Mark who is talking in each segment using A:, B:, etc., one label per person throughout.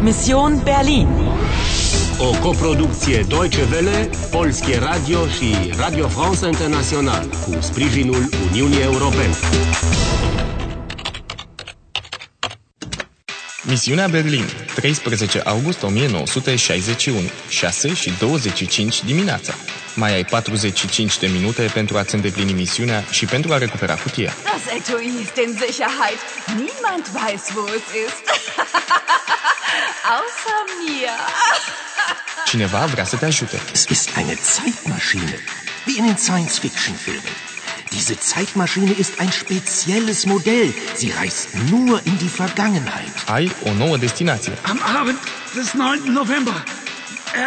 A: Mission Berlin.
B: O coproducție Deutsche Welle, Polskie Radio și Radio France International cu sprijinul Uniunii Europene.
C: Misiunea Berlin, 13 august 1961, 6 și 25 dimineața. Mai ai 45 de minute pentru a-ți îndeplini misiunea și pentru a recupera cutia.
D: Das Etui ist in Sicherheit. Niemand weiß, wo es ist. Außer mir.
C: Cineva vrea să te ajute.
E: Es ist eine Zeitmaschine, wie in den Science-Fiction-Filmen. Diese Zeitmaschine ist ein spezielles Modell. Sie reist nur in die Vergangenheit.
C: Ai o nouă destinație.
F: Am Abend des 9. November.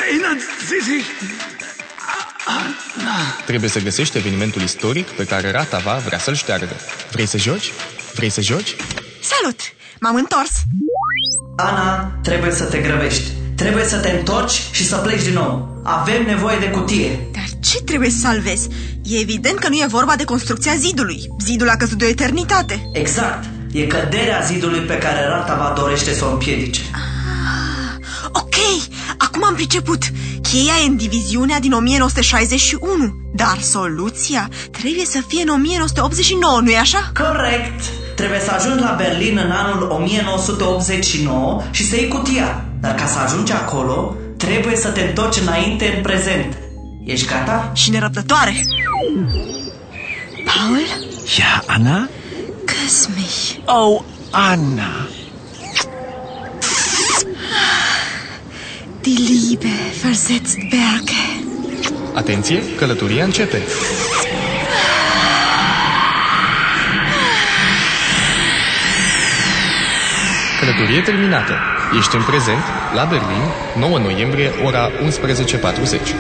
F: Erinnern Sie sich?
C: Trebuie să găsești evenimentul istoric pe care Ratava vrea să-l șteargă. Vrei să joci? Vrei să joci?
G: Salut! M-am întors!
H: Ana, trebuie să te grăbești. Trebuie să te întorci și să pleci din nou. Avem nevoie de cutie.
G: Dar ce trebuie să salvez? E evident că nu e vorba de construcția zidului. Zidul a căzut de o eternitate.
H: Exact. E căderea zidului pe care Ratava dorește să o împiedice.
G: Ok, acum am priceput. Cheia e în diviziunea din 1961, dar soluția trebuie să fie în 1989, nu-i așa?
H: Corect. Trebuie să ajungi la Berlin în anul 1989 și să iei cutia. Dar ca să ajungi acolo, trebuie să te întorci înainte în prezent. Ești gata?
G: Și nerăbdătoare! Paul,
E: Ja, Anna?
G: kiss mich.
E: Oh, Anna.
G: Die Liebe versetzt Berge.
C: Atenție, călătoria începe! Călătorie terminată. Ești în prezent, la Berlin, 9 noiembrie, ora 11.40.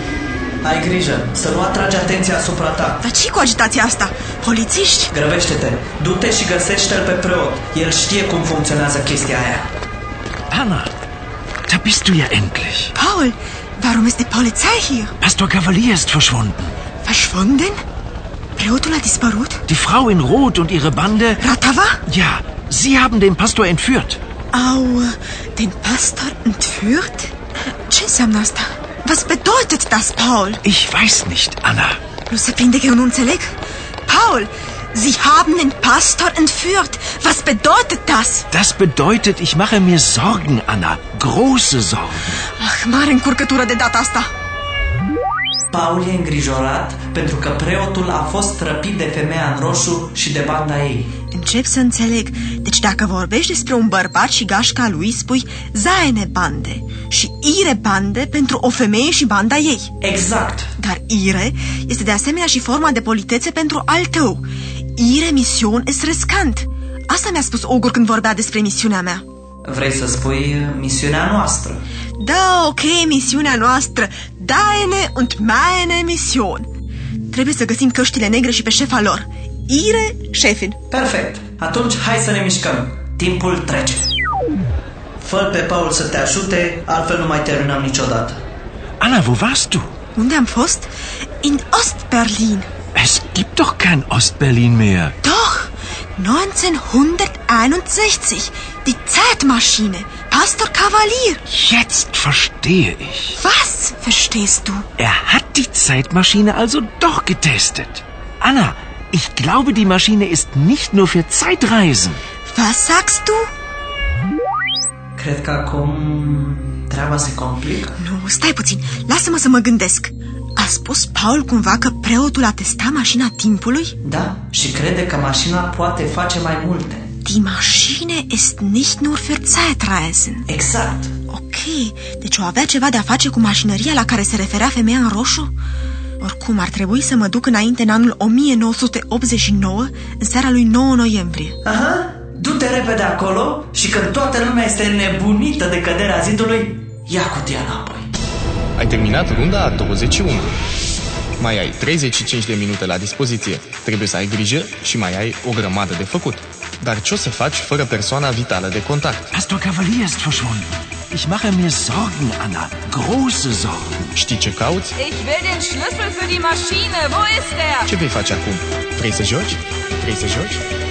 H: Ai grijă să nu atragi atenția asupra ta.
G: Dar ce cu agitația asta? Polițiști?
H: Grăbește-te, du-te și găsește-l pe preot. El știe cum funcționează chestia aia.
E: Anna, da bist du ja endlich.
G: Paul, warum ist die Polizei hier?
E: Pastor Cavalier ist verschwunden.
G: Verschwunden? Preotul a dispărut?
E: Die Frau in Rot und ihre Bande.
G: Ratava?
E: Ja, sie haben den Pastor entführt.
G: Au uh, den Pastor entführt? Ce înseamnă asta? Was bedeutet das, Paul?
E: Ich weiß nicht, Anna.
G: Nu se prinde că eu nu înțeleg? Paul, Sie haben den Pastor entführt. Was bedeutet das?
E: Das bedeutet, ich mache mir Sorgen, Anna. Große Sorgen.
G: Ah, mare încurcătură de data asta.
H: Paul e îngrijorat pentru că preotul a fost răpit de femeia în roșu și de banda ei.
G: Încep să înțeleg. Deci dacă vorbești despre un bărbat și gașca lui, spui zaene bande și ire bande pentru o femeie și banda ei.
H: Exact.
G: Dar ire este de asemenea și forma de politețe pentru al tău. Ire mision este riscant. Asta mi-a spus Ogur când vorbea despre misiunea mea.
H: Vrei să spui uh, misiunea noastră?
G: Da, ok, misiunea noastră. Deine und meine Mission. Trebuie să găsim căștile negre și pe șefa lor. Ire, șefin.
H: Perfect. Atunci hai să ne mișcăm. Timpul trece. fă pe Paul să te ajute, altfel nu mai terminăm niciodată.
E: Anna, wo warst du?
G: Unde am fost? In Ostberlin.
E: Es gibt doch kein Ostberlin mehr.
G: Doch, 1961. Die Zeitmaschine. Pastor Cavalier.
E: Jetzt verstehe ich.
G: Was verstehst du?
E: Er hat die Zeitmaschine also doch getestet. Anna, ich glaube, die Maschine ist nicht nur für Zeitreisen.
G: Was sagst du?
H: Cred că acum treaba se complică.
G: Nu, stai puțin. Lasă-mă să mă gândesc. A spus Paul cumva că preotul a testat mașina timpului?
H: Da, și crede că mașina poate face mai multe.
G: Die Maschine ist nicht nur für Zeitreisen.
H: Exact.
G: Ok, deci o avea ceva de a face cu mașinăria la care se referea femeia în roșu? Oricum, ar trebui să mă duc înainte în anul 1989, în seara lui 9 noiembrie.
H: Aha, du-te repede acolo și când toată lumea este nebunită de căderea zidului, ia cutia înapoi.
C: Ai terminat runda a 21. Mai ai 35 de minute la dispoziție. Trebuie să ai grijă și mai ai o grămadă de făcut. Dar ce o să faci fără persoana vitală de contact?
E: Pastor Cavalier ist verschwunden. Ich mache mir Sorgen, Anna. Große Sorgen.
C: Știi ce cauți?
D: Ich will den Schlüssel für die Maschine. Wo ist er?
C: Ce vei face acum? Vrei să joci? Vrei să joci?